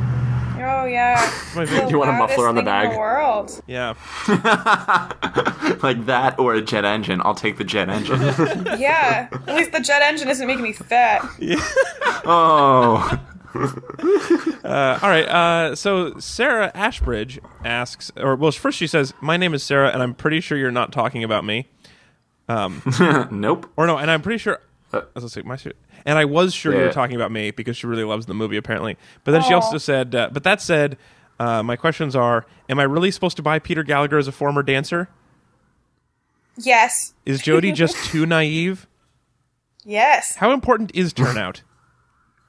[LAUGHS] Oh yeah. My The favorite. You want a loudest muffler on the thing in bag? world. Yeah. [LAUGHS] like that or a jet engine. I'll take the [LAUGHS] jet engine. Yeah. At least the jet engine isn't making me fat. oh. Uh, all right. Uh, so Sarah Ashbridge asks, or well, first she says, "My name is Sarah, and I'm pretty sure you're not talking about me." Nope. Or no, and I'm pretty sure. I was gonna say, my shit. And I was sure you were Yeah. talking about me because she really loves the movie, apparently. But then she Aw. also said, uh, "But that said, uh, my questions are: Am I really supposed to buy Peter Gallagher as a former dancer? Yes. Is Jodie just too naive? Yes. How important is turnout?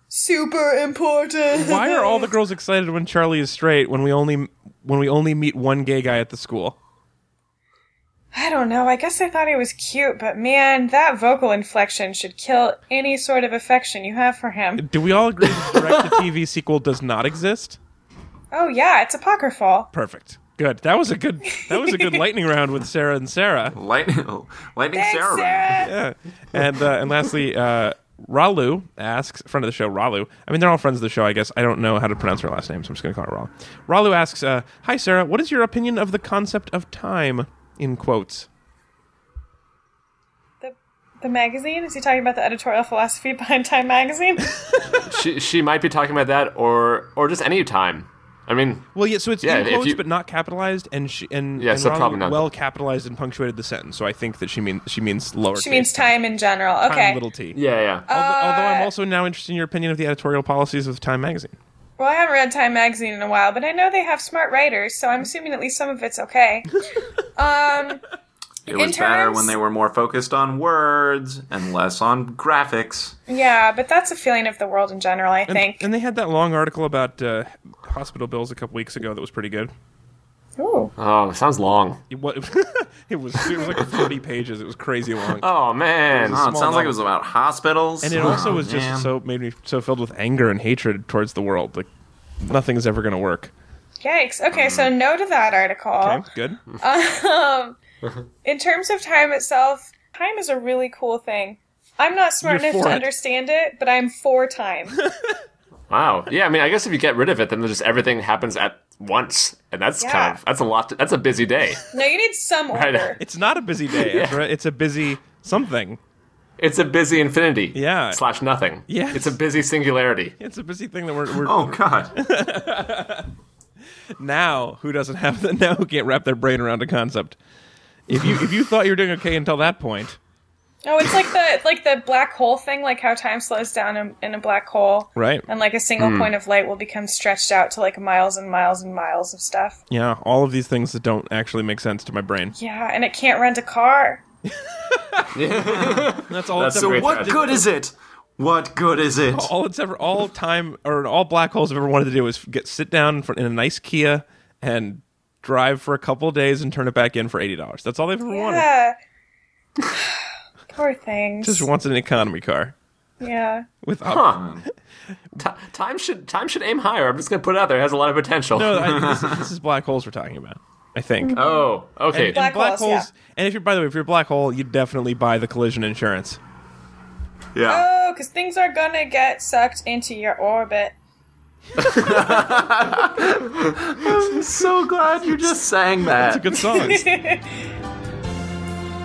Super important. Why are all the girls excited when Charlie is straight when we only when we only meet one gay guy at the school? I don't know. I guess I thought he was cute, but man, that vocal inflection should kill any sort of affection you have for him. Do we all agree that the direct-to-TV sequel does not exist? Oh yeah, it's apocryphal. Perfect. Good. That was a good. That was a good lightning round with Sarah and Sarah. Lightning, lightning Thanks, Sarah. round. Sarah. Yeah. And uh, and lastly, uh, Ralu asks, friend of the show, Ralu. I mean, they're all friends of the show, I guess. I don't know how to pronounce her last name, so I'm just going to call her Ralu. Ralu asks, uh, "Hi, Sarah. What is your opinion of the concept of time?" In quotes. The, the magazine? Is he talking about the editorial philosophy [LAUGHS] behind Time Magazine? She she might be talking about that, or or just any time. I mean, Well, yeah. So it's Yeah, in if quotes, you- but not capitalized, and she and, Yeah, and so Ralu probably not. well capitalized and punctuated the sentence. So I think that she means she means lower. she means time in general. Okay. time little t. yeah, yeah. Although, although I'm also now interested in your opinion of the editorial policies of Time magazine. Well, I haven't read Time Magazine in a while, but I know they have smart writers, so I'm assuming at least some of [LAUGHS] it's okay. um, It was In better terms- when they were more focused on words and less on graphics. yeah, but that's a feeling of the world in general, I And, think. and they had that long article about uh, hospital bills a couple weeks ago that was pretty good. Ooh. oh, sounds long. It was, [LAUGHS] it was it was like 40 pages. It was crazy long. Oh man. Oh, it Small sounds like novel. it was about hospitals. Oh, and it also was just Man. so made me so filled with anger and hatred towards the world. Like nothing's ever going to work. Uh, Yikes. Okay, so no to that article. Um, Okay, good. Um, in terms of time itself, time is a really cool thing. I'm not smart You're enough for to it. understand it, but I'm for [LAUGHS] time. Wow. Yeah. I mean, I guess if you get rid of it, then just everything happens at once, and that's Yeah. kind of that's a lot. To, that's a busy day. no, you need some Right. order. It's not a busy day. Ezra. It's a busy something. It's a busy infinity. Yeah. Slash nothing. Yes. It's a busy singularity. It's a busy thing that we're, we're [LAUGHS] Oh God! now who doesn't have the [LAUGHS] now who can't wrap their brain around a concept. If you if you thought you were doing okay until that point, Oh, it's like the like the black hole thing, like how time slows down in, in a black hole, right? Hmm. and like a single point of light will become stretched out to like miles and miles and miles of stuff. Yeah, all of these things that don't actually make sense to my brain. Yeah, and it can't rent a car. That's all. That's it's a ever, great what good is it? What good is it? all it's ever all time or all black holes have ever wanted to do is get sit down in, front, in a nice Kia and drive for a couple of days and turn it back in for eighty dollars. That's all they've ever wanted. Yeah. [SIGHS] Poor things. Just wants an economy car yeah. with op- Huh. Ti time should time should aim higher. I'm just gonna put it out there. It has a lot of potential. no. I, this, is, this is black holes we're talking about. I think. oh. Okay. And Mm-hmm. Black holes, And if you're by the way, if you're a black hole, you definitely buy the collision insurance. Yeah. Oh, because things are gonna get sucked into your orbit. I'm so glad you just sang that. Good song. [LAUGHS]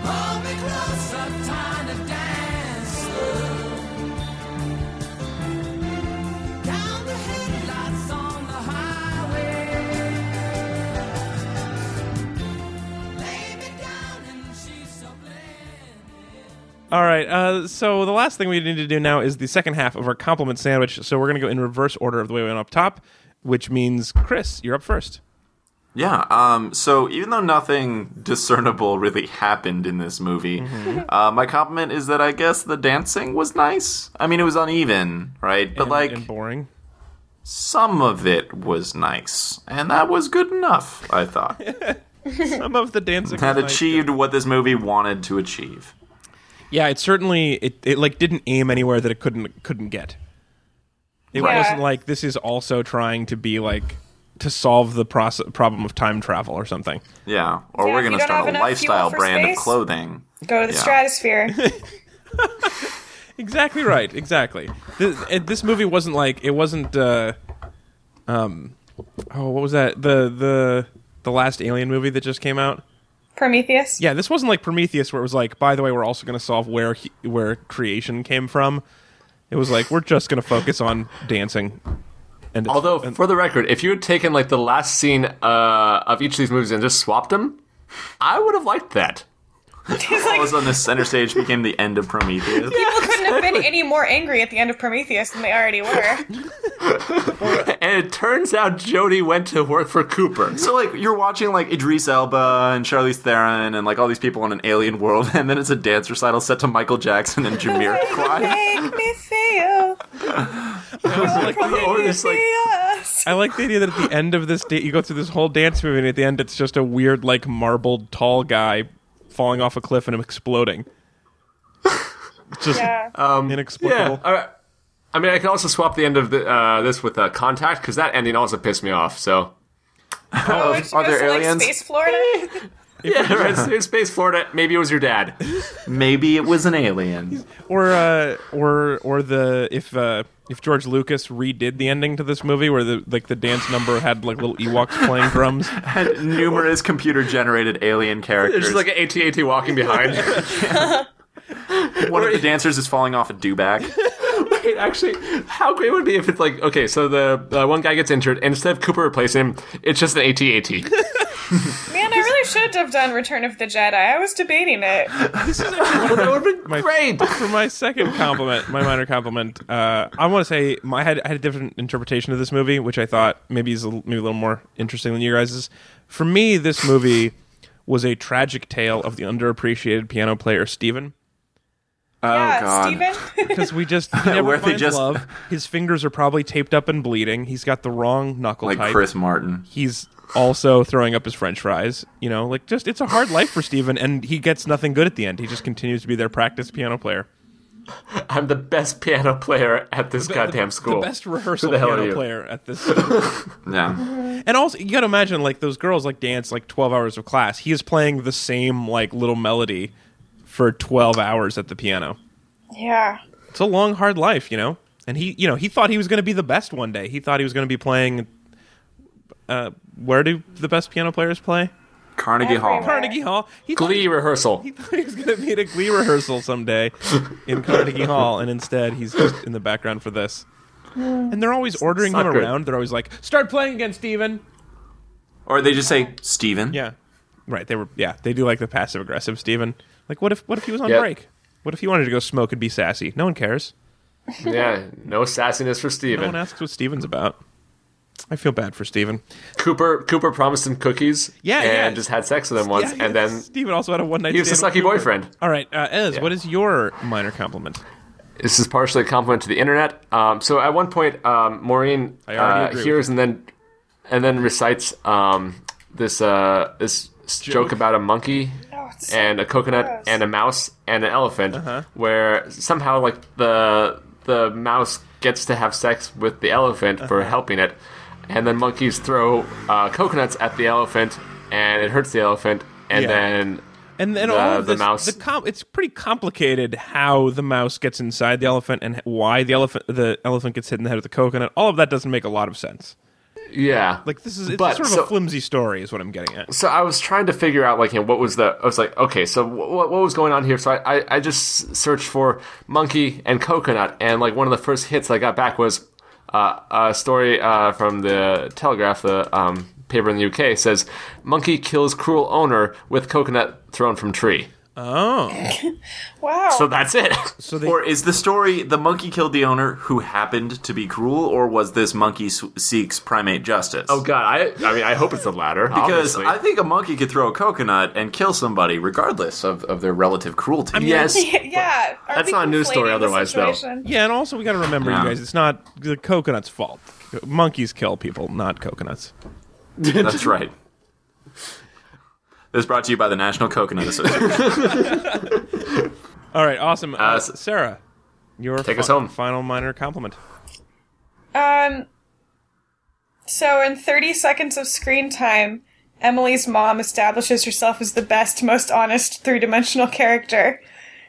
Hold me close, I'm trying to dance. Down the headlights on the highway. Lay me down and she's so blended. All right. Uh, so the last thing we need to do now is the second half of our compliment sandwich. So we're going to go in reverse order of the way we went up top, which means Chris, you're up first. Yeah. Um, so even though nothing discernible really happened in this movie, uh, my compliment is that I guess the dancing was nice. I mean, it was uneven, right? But And- like and boring. some of it was nice, and that was good enough. I [LAUGHS] thought Some of the dancing had was nice. achieved what this movie wanted to achieve. Yeah, it certainly it, it like didn't aim anywhere that it couldn't couldn't get. It Right. wasn't Yeah. like this is also trying to be like to solve the process, problem of time travel or something. Yeah. Or Yeah, we're if gonna you don't have start a enough fuel lifestyle for brand space. of clothing. [LAUGHS] Go to the Yeah. [LAUGHS] stratosphere. Exactly right. Exactly. This, this movie wasn't like it wasn't. Uh, um, oh, what was that? The the the last Alien movie that just came out. Prometheus. Yeah, this wasn't like Prometheus, where it was like, by the way, we're also going to solve where he, where creation came from. It was like we're just going to focus on dancing. And it's- Although, and- for the record, if you had taken like the last scene uh, of each of these movies and just swapped them, I would have liked that. [LAUGHS] He's All like, of a sudden, the center stage became the end of Prometheus. [LAUGHS] people couldn't have been any more angry at the end of Prometheus than they [LAUGHS] already were. And it turns out Jody went to work for Cooper. So like you're watching like Idris Elba and Charlize Theron and like all these people on an alien world, [LAUGHS] and then it's a dance recital set to Michael Jackson and Jamiroquai. Make me feel. "Oh, Or [LAUGHS] just like Yes. I like the idea that at the end of this date, you go through this whole dance movie, and at the end, it's just a weird, like, marbled tall guy falling off a cliff and exploding. It's just Yeah. inexplicable. Um, yeah. all right. I mean, I can also swap the end of the, uh, this with uh, Contact because that ending also pissed me off. So Oh, when she are goes there to, like, aliens? [LAUGHS] space Florida. yeah, right. so Space Florida. Maybe it was your dad. Maybe it was an alien. Or, uh, or, or the if uh, if George Lucas redid the ending to this movie, where the like the dance number had like little Ewoks playing drums. Had numerous computer generated alien There's characters. just like an AT-AT walking behind. One of the dancers is falling off a dewback. [LAUGHS] Wait, actually, how great would it be if it's like okay, so the uh, one guy gets injured, and instead of Cooper replacing him, it's just an [LAUGHS] AT-AT. Man, I really should have done Return of the Jedi. I was debating [LAUGHS] it. Oh, that would have been My- great. for my second compliment, my minor compliment, uh, I want to say my, I, had, I had a different interpretation of this movie, which I thought maybe is a, l- maybe a little more interesting than you guys'. For me, this movie was a tragic tale of the underappreciated piano player Steven. yeah, God. Steven. [LAUGHS] Because we just he never [LAUGHS] Where they finds just- love. His fingers are probably taped up and bleeding. He's got the wrong knuckle Like type. Chris Martin. He's also throwing up his French fries. You know, like just it's a hard life for Steven, and he gets nothing good at the end. He just continues to be their practice piano player. I'm the best piano player at this goddamn school. The best rehearsal the hell are piano you? player at this. Yeah. and also, you got to imagine like those girls like dance like twelve hours of class. He is playing the same like little melody for twelve hours at the piano. yeah. It's a long, hard life, you know. And he, you know, he thought he was going to be the best one day. He thought he was going to be playing. Uh, where do the best piano players play? Carnegie Hall. Everywhere. Carnegie Hall. He thought Glee rehearsal. He thought he was going to be at a Glee rehearsal someday in [LAUGHS] Carnegie Hall, and instead he's just in the background for this. And they're always ordering him not good. around. They're always like, "Start playing again, Steven. Or they just say Steven. Yeah, right. They were. Yeah, they do like the passive aggressive Steven. Like, what if what if he was on Yeah. break? What if he wanted to go smoke and be sassy? No one cares. Yeah, no sassiness for No one Steven. asks what Steven's about. I feel bad for Steven. Cooper Cooper promised him cookies. Yeah, and yeah. just had sex with him once, Yeah, and then Steven also had a one night. he was a sucky boyfriend. All right, uh, Ez, Yeah. what is your minor compliment? This is partially a compliment to the internet. Um, so at one point, um, Maureen I already uh, agree with hears and then and then recites um, this uh, this joke. about a monkey Oh, it's so and a coconut gross. and a mouse and an elephant, Uh-huh. where somehow like the the mouse gets to have sex with the elephant for Uh-huh. helping it, and then monkeys throw uh, coconuts at the elephant and it hurts the elephant, and Yeah. then And then The- all of the this, mouse. the com- it's pretty complicated how the mouse gets inside the elephant and why the elephant the elephant gets hit in the head with the coconut. All of that doesn't make a lot of sense. yeah, Like this is it's But, sort of so- a flimsy story, is what I'm getting at. so I was trying to figure out like you know, what was the I was like okay so wh- what what was going on here so I, I I just searched for monkey and coconut and like one of the first hits I got back was uh, a story uh, from the Telegraph the um, paper in the UK says monkey kills cruel owner with coconut thrown from tree Oh, Wow. so that's it so they Or is the story the monkey killed the owner who happened to be cruel, or was this monkey s- seeks primate justice? [LAUGHS] oh god I I mean I hope it's the latter Because obviously. I think a monkey could throw a coconut and kill somebody regardless of, of their relative cruelty. yes [LAUGHS] yeah. Are That's we not a news story conflating the otherwise, though. situation? yeah, and also we got to remember, Yeah. you guys, it's not the coconut's fault. Monkeys kill people, not coconuts. That's right. This is brought to you by the National Coconut Association. All right, awesome, uh, s- Sarah. Your Take fi- us home. Final minor compliment. Um. So, in 30 seconds of screen time, Emily's mom establishes herself as the best, most honest, three dimensional character.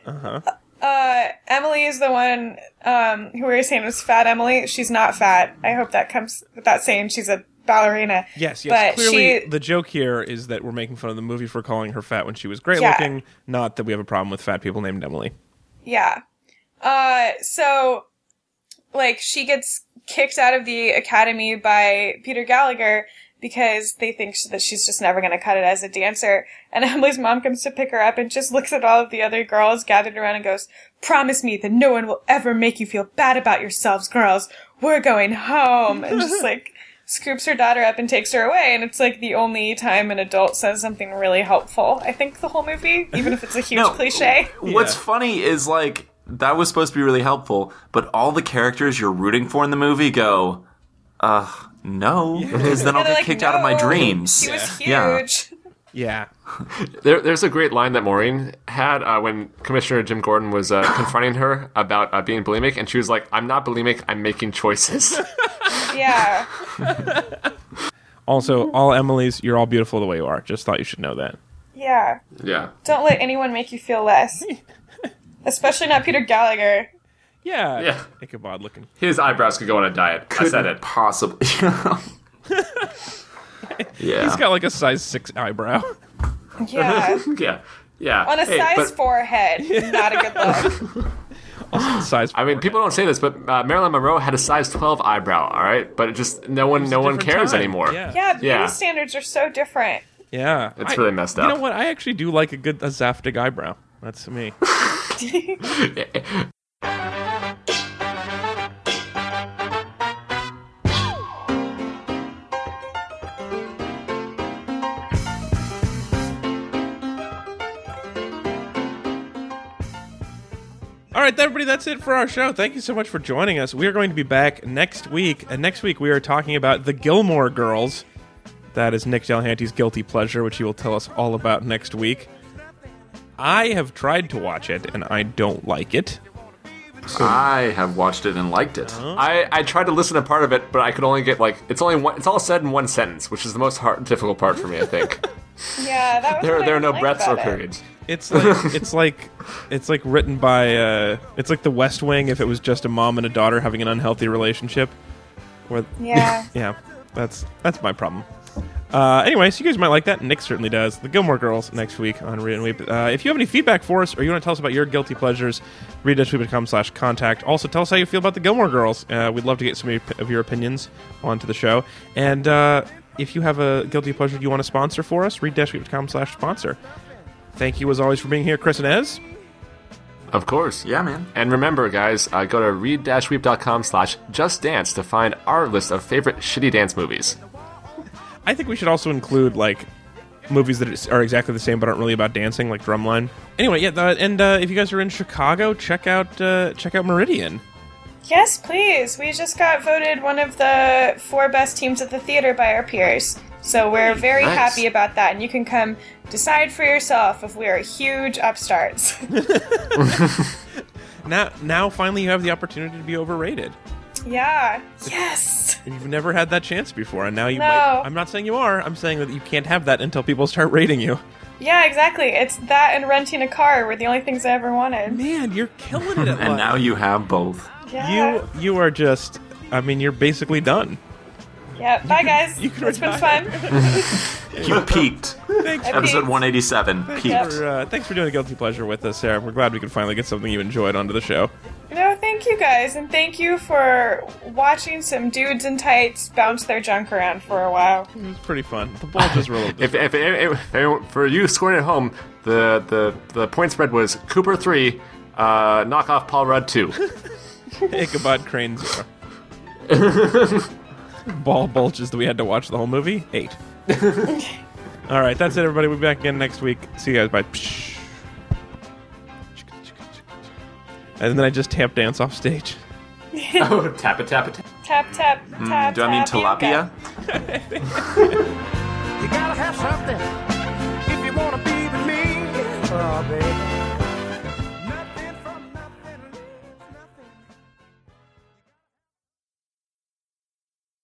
Uh-huh. Uh, Emily is the one um, who we were saying was fat Emily. She's not fat. I hope that comes without saying she's a ballerina. Yes, yes. But Clearly, she, the joke here is that we're making fun of the movie for calling her fat when she was great Yeah. looking, not that we have a problem with fat people named Emily. yeah. Uh, so like she gets kicked out of the academy by Peter Gallagher because they think sh- that she's just never going to cut it as a dancer. And [LAUGHS] Emily's mom comes to pick her up and just looks at all of the other girls gathered around and goes, "Promise me that no one will ever make you feel bad about yourselves, girls. We're going home." And just like scoops her daughter up and takes her away and it's like the only time an adult says something really helpful. I think the whole movie, even if it's a huge No. cliche. What's Yeah. funny is like that was supposed to be really helpful, but all the characters you're rooting for in the movie go, "Uh, no," because then I'll They're get like, kicked out of my "No, dreams. She was Yeah. huge. Yeah. There, there's a great line that Maureen had uh, when Commissioner Jim Gordon was [COUGHS] uh, confronting her about uh, being bulimic, and she was like, "I'm not bulimic. I'm making choices." Yeah. Also, all Emily's, you're all beautiful the way you are. Just thought you should know that. Yeah. [LAUGHS] yeah, Don't let anyone make you feel less. Especially not Peter Gallagher. Yeah. Yeah. Ichabod looking. his eyebrows could go on a diet. I said it. Possibly. yeah. He's got like a size six eyebrow. [LAUGHS] [LAUGHS] Yeah. [LAUGHS] Yeah, yeah. On a Hey, size but- forehead. Not a good look. size. I mean, people don't say this, but uh, Marilyn Monroe had a size 12 eyebrow. All right, but it just no one, no one Different cares time. anymore. Yeah. Yeah, beauty Yeah. standards are so different. Yeah. It's I- really messed You know up. what? I actually do like a good a Zaftig eyebrow. That's me. All right, everybody, that's it for our show. Thank you so much for joining us. We are going to be back next week, and next week we are talking about the Gilmore Girls. That is Nick Delhanty's guilty pleasure, which he will tell us all about next week. I have tried to watch it, and I don't like it. I have watched it and liked it. I, I tried to listen to part of it, but I could only get like it's only one, it's all said in one sentence, which is the most hard, difficult part for me. I [LAUGHS] think Yeah, that was there what I there are didn't no like breaths or about it. periods. It's like it's like it's like written by uh, it's like The West Wing if it was just a mom and a daughter having an unhealthy relationship. Where [LAUGHS] Yeah. yeah, that's that's my problem. Uh, anyway, so you guys might like that. Nick certainly does. The Gilmore Girls next week on Read and Weep. Uh, if you have any feedback for us or you want to tell us about your guilty pleasures, readandweep.com slash contact. Also, tell us how you feel about the Gilmore Girls. Uh, we'd love to get some of your- of your opinions onto the show. And uh, if you have a guilty pleasure you want to sponsor for us, read-weep.com slash sponsor. Thank you, as always, for being here, Chris and Ez. Of course, [LAUGHS] yeah, man. And remember, guys, uh, go to read-weep.com slash just dance to find our list of favorite shitty dance movies. I think we should also include like movies that are exactly the same but aren't really about dancing, like Drumline. Anyway, yeah, uh, and uh, if you guys are in Chicago, check out uh, check out Meridian. Yes, please. We just got voted one of the four best teams at the theater by our peers. So we're very nice. happy about that. And you can come decide for yourself if we are huge upstarts. [LAUGHS] Now, now, finally, you have the opportunity to be overrated. yeah. Yes. You've never had that chance before, and now you. No. might I'm not saying you are. I'm saying that you can't have that until people start rating you. Yeah, exactly. It's that and renting a car were the only things I ever wanted. Man, you're killing it. [LAUGHS] At And now life. you have both. Yeah. you you are just. I mean, you're basically done. yeah. Bye, guys. you can it's been retire. fun. You peaked. Thanks. [LAUGHS] for- Episode 187 Thanks peaked. for, uh, thanks for doing a guilty pleasure with us, Sarah. We're glad we could finally get something you enjoyed onto the show. No, thank you guys, and thank you for watching some dudes in tights bounce their junk around for a while. It was pretty fun. The ball just rolled. If, if, if, if- for you scoring at home, the, the, the point spread was Cooper 3, uh, knock off Paul Rudd [LAUGHS] 2. Ichabod Crane Zero. Ball bulges that we had to watch the whole movie? Eight. All right, that's it, everybody. We'll be back again next week. See you guys. Bye. Psh. And then I just tap dance off stage. Oh, tap it, tap it, tap Tap tap Hmm, tap. Do I mean tap, you tilapia? got- You gotta have something if you wanna be with me, oh baby.